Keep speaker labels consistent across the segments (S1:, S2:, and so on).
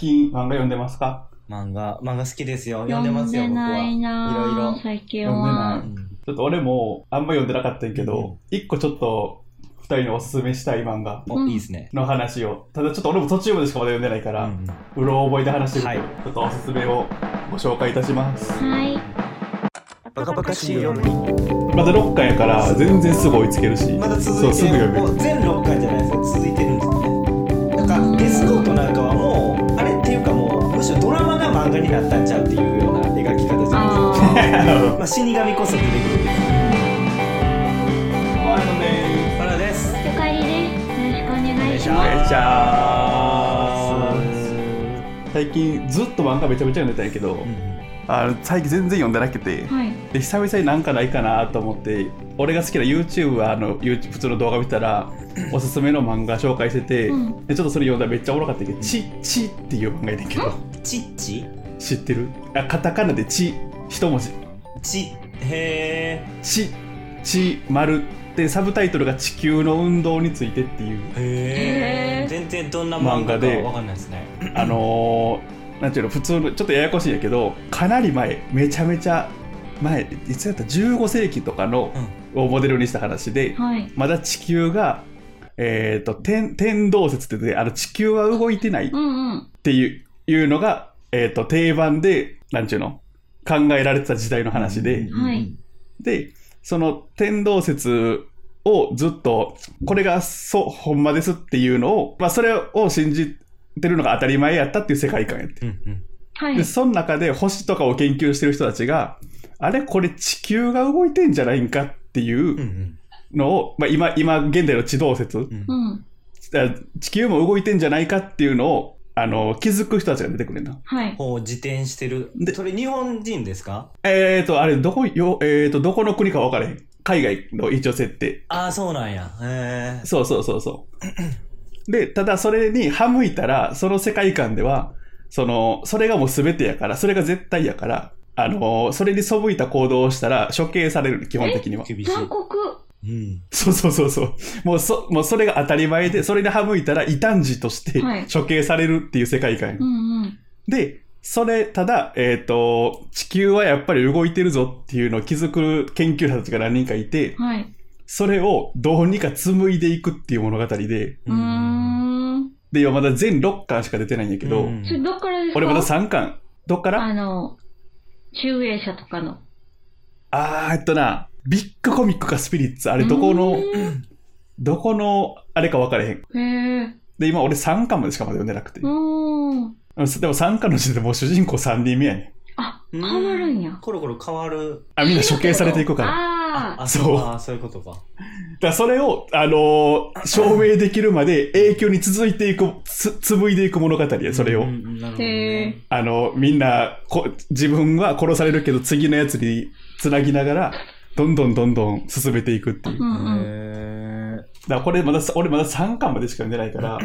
S1: 近漫画読んでますか
S2: 漫画、漫画好きですよ。読んでますよ、
S3: 読ん
S2: 僕
S3: で
S2: は。
S3: な
S2: う
S3: い
S2: ん
S3: ない
S2: ろい
S3: ぁ
S2: ろ
S3: 最近
S1: 読んで
S3: は
S1: な。ちょっと俺もあんま読んでなかったんやけど、一個ちょっと二人におすすめしたい漫画
S2: お、
S3: うん
S2: いいですね。
S1: の話を、ただちょっと俺も途中までしかまだ読んでないか
S2: う
S1: ら、
S2: ん
S1: うろ覚えで話してる、
S2: はい
S1: ちょっとおすすめをご紹介いたします。
S3: はい。
S2: バカバカしいよ。
S1: まだ6巻やから、全然すぐ追いつけるし、
S2: まだ続
S1: そう、
S2: い
S1: す
S2: て
S1: ぐ
S2: る。
S1: 読め
S2: も
S1: る。
S2: う全6巻じゃないですか。続いてるんですよね。なんか、デスノートなんかはもう、あれっていうかもう、むしろドラマが漫画になったんちゃうっていうような描き方じゃないですか。
S3: あ
S2: まあ、死神こそ出てくるんです。
S1: 前のね
S2: 原です。
S3: ー、おかえりです。よろしくお願いし
S2: お
S3: ま
S2: 願いし
S1: ー。じゃ
S2: あ
S1: ー最近ずっと漫画めちゃめちゃ読んでたんやけど、あの最近全然読んでなくて、
S3: す。はい。
S1: で久々になんかないかなと思って俺が好きな YouTube あの YouTube 普通の動画見たらおすすめの漫画紹介してて、
S3: うん
S1: でちょっとそれ読んだらめっちゃおもろかったけど「ち」「ち」っていう漫画やねんけど
S2: チッチ
S1: 知ってるあカタカナで「ち」一文字
S2: チッ、へ
S1: 「ち」「ち」「丸ってサブタイトルが「地球の運動について」っていう
S2: ー。へー。
S3: へー
S2: 全然どんな漫画
S1: 漫画
S2: か
S1: で
S2: わかんないですね。
S1: あのー、なんていうの普通のちょっとややこしいんやけどかなり前めちゃめちゃ前いつやった15世紀とかの、をモデルにした話で、
S3: はい。
S1: まだ地球が、えー、と天天動説って言ってあの地球は動いてないっ
S3: うんうん。
S1: ていう,、いうのが、えー、と定番でなんちゅうの考えられてた時代の話で、
S2: うん
S3: はい
S2: うん
S1: でその天動説をずっとこれがそうほんまですっていうのを、まあ、それを信じてるのが当たり前やったっていう世界観やって、
S2: うんうん
S3: はい
S1: で。その中で星とかを研究してる人たちがあれこれ地球が動いてんじゃないんかっていうのを、まあ、今今現代の地動説、
S2: うん
S3: う
S2: うん
S3: ん。
S1: だから地球も動いてんじゃないかっていうのをあの気づく人たちが出てくるんだ。
S3: はい。
S2: ほう自転してる
S1: で
S2: それ日本人ですか
S1: えーと、あれ、どこよ、えーと、どこの国か分からへん。海外の一応設定。
S2: ああそうなんやへえ
S1: そうそうそう そう。で、ただそれに歯向いたら、その世界観では、その、それがもう全てやから、それが絶対やから、あのーそれに背いた行動をしたら処刑される、基本的には。
S2: 厳し
S3: 残酷。
S2: い、うん、
S1: そうそうそうそう。もうそ、もうそれが当たり前で、それに歯向いたら異端児として
S3: はい
S1: 処刑されるっていう世界観。
S3: うんうん。
S1: で、それ、ただ、えっ、と、地球はやっぱり動いてるぞっていうのを気づく研究者たちが何人かいて、
S3: はい。
S1: それをどうにか紡いでいくっていう物語で、
S3: うーん。
S1: で、今まだ全6巻しか出てないんやけど、
S2: うん
S3: それどっからですか
S1: 俺まだ3巻。どっから
S3: あの、集英社とかの。
S1: あー、えっとな、ビッグコミックかスピリッツ、あれどこの、どこの、あれか分からへん。
S3: へえ。
S1: で、今俺3巻までしかまだ読んでなくて。
S3: うーん。
S1: でも3巻の時点でもう主人公3人目やねん。
S3: あ、変わるんや。
S2: コロコロ変わる
S1: あ、みんな処刑されていくから。
S3: ああ。
S2: あ
S1: そう
S2: あーそういうことか
S1: だからそれを、あのー証明できるまで永久に続いていく、つ、紡いでいく物語や、それを。
S2: うんうんなるほど
S3: へ
S2: ね
S3: ー
S1: あの、みんなこ、自分は殺されるけど次のやつにつなぎながら、どんどんどんどん進めていくっていう。
S3: う
S1: だか
S3: んうん。
S2: へ
S1: らこれまだ、俺まだ3巻までしか読んでない から、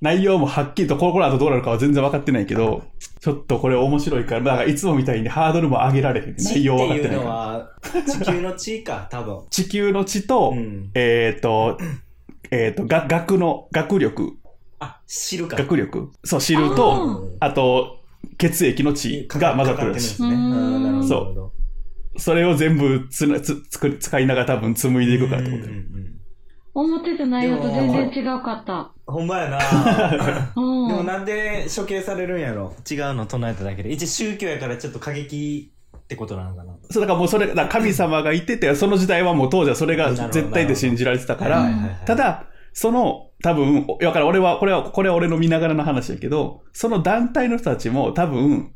S1: 内容もはっきりと、この頃あとどうなるかは全然分かってないけど、ちょっとこれ面白いから、だからいつもみたいにハードルも上げられへん。
S2: ー地
S1: 内容分か
S2: っ
S1: っててな
S2: いう
S1: いか
S2: の
S1: ら。
S2: は地球の地か多分
S1: 地球の地と、
S2: うん
S1: えっ、と、えっ、と、が学の、学力。
S2: あ知るか
S1: 学力そう知るとあと血液の血が混ざってるらしい
S2: かかってるんですね
S3: うん
S2: あーなるほど
S1: そう
S2: なるほど
S1: それを全部つなつ作り使いながら多分紡いでいくからってこと
S2: う
S1: だ
S2: んう
S1: よ
S2: んうん
S3: 思ってた内容と全然違うかった。
S2: ほんまやな
S3: うん。
S2: でもなんで処刑されるんやろ違うの唱えただけで一応宗教やからちょっと過激ってことなのかな
S1: そうだからもうそれだから神様がいててその時代はもう当時はそれが絶対で信じられてたか
S2: は
S1: ら
S2: いはいはい
S1: ただその多分おだから俺はこれはこれは俺の見ながらの話やけどその団体の人たちも多分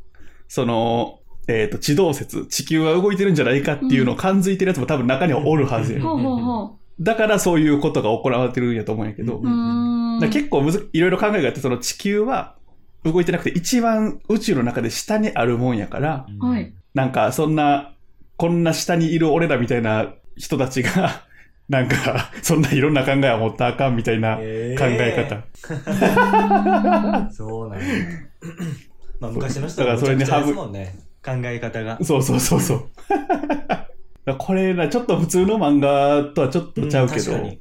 S1: そのえー、と地動説地球は動いてるんじゃないかっていうのを感づいてるやつも多分中にはおるはずや、
S3: ほうほうほ
S1: だからそういうことが行われてるんやと思うんやけど、
S3: う。うーん。
S1: だから結構むずいろいろ考えがあってその地球は動いてなくて一番宇宙の中で下にあるもんやから
S3: はい
S1: なんかそんなこんな下にいる俺らみたいな人たちが なんかそんないろんな考えを持ったらあかんみたいな考
S2: え
S1: え
S2: ー
S1: 方、
S2: そ うなんやまあ昔の人
S1: だから
S2: は
S1: それに
S2: めちゃくちゃ
S1: 省
S2: ですもんね考え方が
S1: そうそうそうそう だからこれなちょっと普通の漫画とはちょっとちゃうけど、
S2: ん確かに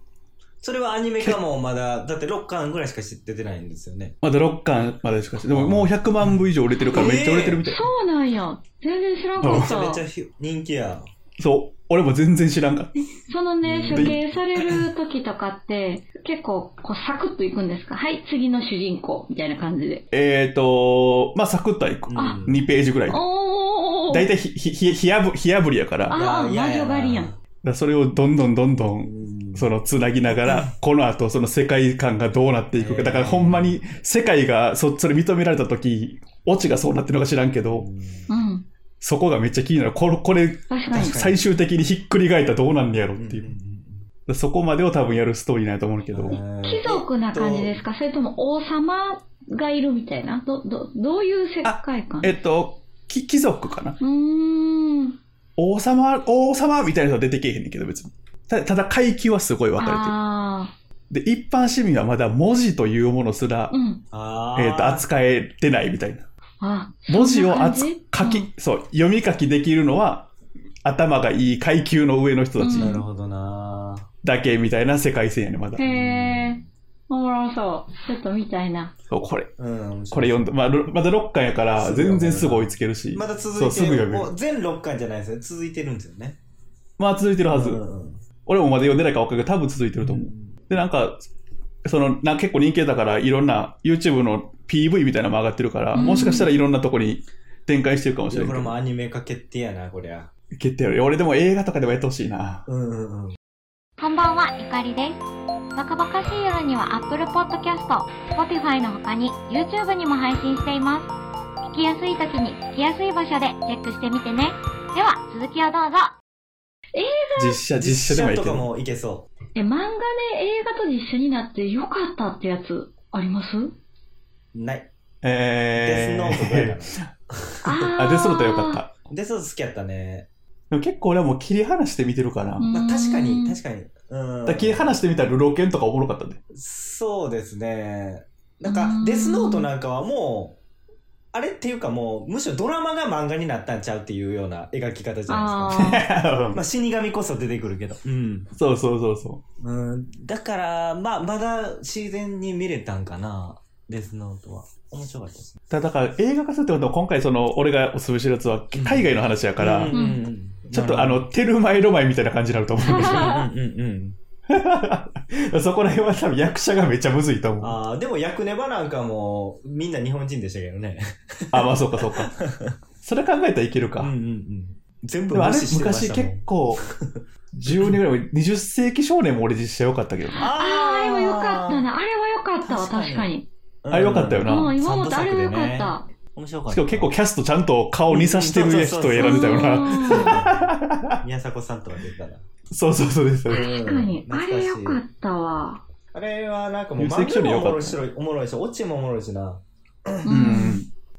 S2: それはアニメ化 もまだ、だって6巻ぐらいしか出てないんですよね。
S1: まだ6巻までしかして、でももう100万部以上売れてるから
S2: うん
S1: めっちゃ売れてるみたい。
S3: そうなんや。全然知らんか
S1: うん
S2: め
S3: っ
S2: ちゃめ
S3: た
S2: ちゃ。ひ人気や。
S1: そう。俺も全然知らんかった。
S3: そのね、
S2: うん
S3: 処刑される時とかって、結構、こう、サクッといくんですかはい、次の主人公、みたいな感じで。
S1: えーと、まあ、サクッとはいく。
S3: あ
S2: うん
S1: 2ページぐらい。
S3: おー
S1: 大体ひ、ひ、ひ、ひやぶ、ひやぶりやから、だ
S3: あ
S1: か
S3: ー
S2: いやいやいや
S3: 魔女狩りやん
S1: らそれをどんどんどんど、
S2: うんん
S1: その、つなぎながら、この後、その世界観がどうなっていくか。だから、ほんまに、世界が、そ、それ認められた時、オチがそうなってるのか知らんけど、
S3: うん。
S1: そこがめっちゃ気になる。これ、これ、
S3: 確かに
S2: 確。か
S1: 最終的にひっくり返ったらどうなんねやろっ
S2: うん
S1: ていう。そこまには多分やるストーリーないと思うけど。
S2: うん
S3: 貴族な感じですかそれとも王様がいるみたいなど、ど、どういう世界観
S1: えっと、き貴族かな
S3: うーん。
S1: 王様、王様みたいな人は出てけえへんねんけど別に。たただ階級はすごい分かれて
S3: あ
S1: る。で、一般市民はまだ文字というものすら
S3: あ、、うん。
S2: あー
S1: えっと、扱えてないみたいな。
S3: あ、
S1: 文字を
S3: あ
S1: 扱書き、そう、読み書きできるのは、頭がいい階級の上の人たち
S3: うん
S2: なるほどな
S1: だけみたいな世界線やね、まだ
S3: へ。え。おもろそう。ちょっと見たいな。
S1: そうこれ、
S2: うん。
S1: これ読んだ。まあ、ろまだ6巻やから、全然すぐ追いつけるし。
S2: まだ続
S1: そう
S2: い
S1: すぐ
S2: て
S1: 読
S2: る。
S1: め
S2: も
S1: る。
S2: う全6巻じゃないですよ。続いてるんですよね。
S1: まあ、続いてるはず。
S2: うんうん
S1: 俺もまだ読んでないから分かるけど、多分続いてると思う。で、なんか、そのな結構人気だから、いろんな YouTube の PV みたいなのも上がってるから、
S3: うん
S1: もしかしたらいろんなとこに展開してるかもし
S2: いや
S1: れな
S2: こ
S1: いけ
S2: れも
S1: ど。
S2: アニメ化決定やな、こりゃ。
S1: 決定やろ俺でも映画とかでもやってほしいな。
S2: うんうんうん。
S4: こんばんは、ゆかりです。バカバカしい夜には Apple Podcast、Spotify の他に YouTube にも配信しています。聞きやすい時に聞きやすい場所でチェックしてみてね。では、続きをどうぞ。
S1: 実写、実写でもいい
S2: と
S1: け
S2: か
S1: ど。
S2: もいけそ
S3: え、漫画で映画と一緒になってよかったってやつあります
S2: う。ない。デス
S1: え
S2: ノートぐらいか
S1: ー。
S2: な。
S3: あー
S1: あ、デスノートよかっ。た。
S2: デスノート好きやったね。
S1: でも結構俺はもう切り離して見てるから。
S3: うん
S2: まあ確かに、確かに。う
S1: だ
S2: ん。
S1: から切り離してみたらルロケンとかおもろかったね。
S2: そうですね。なん
S3: う
S2: か
S3: ん、
S2: デスノートなんかはもう、あれっていうかもう、むしろドラマが漫画になったんちゃうっていうような描き方じゃないですか。
S3: あ
S2: まあ死神こそ出てくるけど。うん。
S1: そうそうそうそ
S2: うん、だから、まあ、まだ自然に見れたんかな、デスノートは。面白かったですね。
S1: う。だだから映画化するってことは今回その俺がおすすめしてるやつは海外の話やから、
S2: うんうんうん
S1: ちょっとあ、の、テルマエロマエみたいな感じになると思うんですよ。
S2: うんうんうん。
S1: そこら辺は多分役者がめっちゃむずいと思う。あ
S2: ああ、でも、ヤクネバなんかも、みんな日本人でしたけどね。
S1: まあそうかそうか。それ考えたらいけるか。
S2: うんうんうん。全
S1: で
S2: 部
S1: もあれ
S2: 無視してまし
S1: 昔
S2: たもん。
S1: 結構、10年ぐらい前、20世紀少年も俺実写良かったけどね。
S3: あ。あーあれはよかったな。あれはよかったわ、
S2: 確か
S3: 確
S2: に
S3: かに。
S2: うん。
S1: あれ良かったよな
S3: うん、今思
S2: 三
S3: っ
S2: 部
S3: て
S2: 作
S3: あれは
S2: で
S3: よ
S2: ね
S3: かった。
S2: 面白かった。
S1: しかも結構キャストちゃんと顔似さしてる人を選んでたよな。
S3: な。
S2: 宮迫さんとか出てたら。
S1: そうそうそうです。
S2: 確
S3: 確かに、あれよかったわ。
S2: あれはなんかもう、
S1: 入籍書
S2: 漫
S1: に
S2: 画
S1: 良
S2: も
S1: か
S2: お
S1: った
S2: もろいし、おもろいし、オチもおもろいしな。
S3: う
S1: う。ん。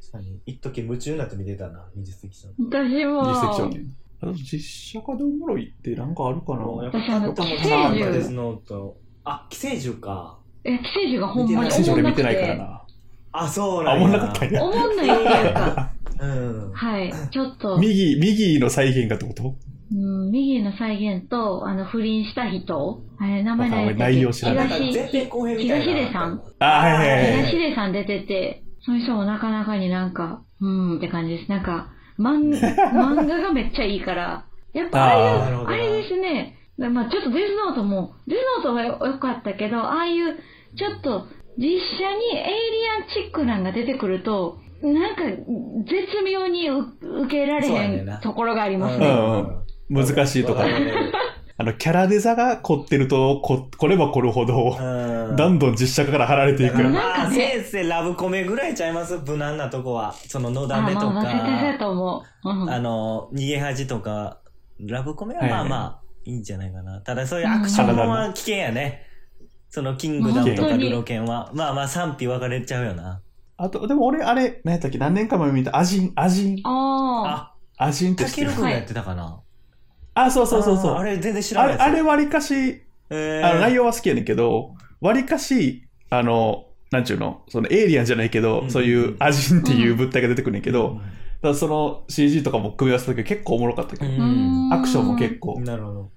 S2: 確かに、一時夢中になって見てたな、二十世紀少年
S3: 私も。
S1: 実績少年。あと実写化でおもろいってなんかあるかな
S2: やっ
S3: 私あの、寄
S1: あや
S3: 生
S1: っぱ
S2: デス
S3: 獣。
S2: ノート。あ、寄生獣か。
S3: え、寄生獣がほんまに
S2: 寄
S1: 選
S2: 生
S1: 手
S3: おも
S1: 俺
S3: んな
S1: 見
S3: く
S1: てないから
S3: て。
S1: な。
S2: あ、そう
S1: あ、
S2: なん
S1: お
S2: や
S1: もんなかったんや
S3: お。もんない映画やから。
S2: うん。
S3: はい。ちょっと、
S1: 右、右の再現がってこと
S3: うん、右の再現と、あの、不倫した人。あれ、名前何やったっけ
S1: 内容知ら
S2: な
S1: なん
S2: か前編
S3: 東、
S2: 後編みたいな。
S3: 東出さん
S1: あ、はいはいはいは
S3: 東
S1: い。
S3: 出さん出てて、その人もなかなかになんか、うーんって感じです。なんか、漫漫画がめっちゃいいから、やっぱああい
S1: あ
S3: う
S1: ー
S2: なるほど
S3: あ
S2: な。
S3: れですね、まあ、ちょっとデスノートも、デスノートはよ良かったけど、ああいう、ちょっと、実写にエイリアンチックなんが出てくると、なんか、絶妙にう受けられ
S2: そうや
S3: へ
S2: ねん
S3: ん
S2: な
S3: ところがあります
S1: う
S3: ね。
S1: んうん難しいとか
S2: う。
S1: あの、キャラデザが凝ってると、こ、これば凝るほど、
S2: ん。
S1: どんどん実写化から離れてい
S2: だ
S1: く
S2: から
S1: よね。
S2: まあ、先生ラブコメぐらいちゃいます無難なとこは。その、のだ
S3: あ
S2: めと
S3: まあまあ、絶対そうや
S2: か、
S3: と思う。うん
S2: あの、逃げ恥とか、ラブコメはまあまあ、いいんじゃないかな。ただ、そういうアクションもんは危険やね。その、キングダムとかルロケンは。まあまあ、賛否分かれちゃうよな。
S1: あと、でも俺、あれ、何やったっけ何年か前に見た、アジン、アジン、
S3: あ
S2: あ、
S1: アジンって
S2: た
S1: 知って
S2: ける
S1: る
S2: くんがやってたかな。
S1: あ、そうそうそうそう。
S2: あーあ
S1: あれ、
S2: れ全然知ら
S1: あ
S2: ない
S1: れ
S2: です。
S1: わりかし、
S2: えー
S1: あの、内容は好きやねんけど、わりかし、あの、なんちゅうの、その、エイリアンじゃないけ
S2: う
S1: ど、
S2: ん
S1: そういうアジンっていう物体が出てくるねんやけ
S2: う
S1: ど
S2: ん、
S1: だからその CG とかも組み合わせたけど結構おもろかったけど、
S3: あ。
S1: アクションも結
S3: 構。
S1: 構
S2: なるほど。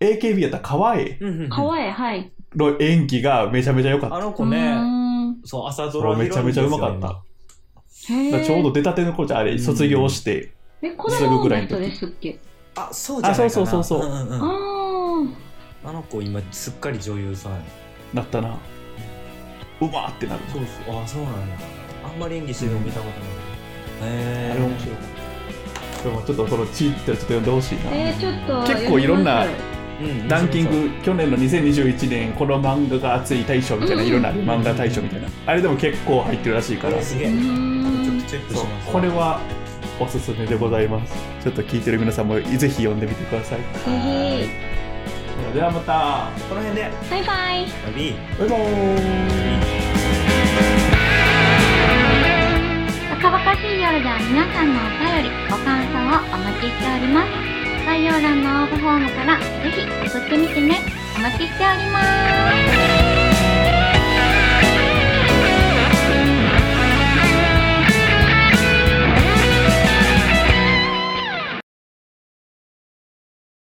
S1: AKB やったら川栄
S2: うんうんうん
S3: 可愛い、はい。
S1: の演技がめちゃめちゃ良かった
S2: あ。の
S3: う
S2: 子
S3: ー
S2: ね、
S3: ん
S2: そう、朝ドラヒロイン
S1: めちゃめちゃうまかった
S2: ですよ
S3: へ
S1: だからち
S3: ー
S1: ょうど出たての頃じゃあれ、卒業して、
S3: え、子供女の人でしたっけ
S2: 今あ、そうじゃないかな。
S1: あそうそうそうそうん
S2: ん
S3: あ
S2: うん
S3: ー
S2: あの子今すっかり女優さんや
S1: なったな。うまーってなる。
S2: そうそうあそうなんやあんまり演技してるの見たことない、へえ
S1: あれ面白い。でもちょっとこのチーってちょっと読んでほしいな。
S3: えー、ちょっと
S1: 結構いろんな
S3: 読み
S2: うん
S1: ランキン
S2: 面
S1: グ、去年の2021年、この漫画が熱い大賞みたいな、
S3: うん
S1: いろんな漫画大賞みたいな、あれでも結構入ってるらしいか
S2: 白
S1: ら、
S2: そう
S1: そ
S2: すげ
S3: ま
S2: えち
S3: すう
S2: ょっと
S3: ーん
S2: チェックし
S1: う
S2: ます
S1: これはおすすめでございます。ちょっと聞いてる皆さんもぜひ読んでみてください。
S2: はい
S3: ぜ
S1: ではまた、
S2: この辺で
S3: ひバイバイ
S2: バイビー
S1: バイバーイ
S4: バカバカしい夜では皆さんのお便り、ご感想をお待ちしております。概要欄の応募フォームからぜひ送ってみてね。お待ちしております。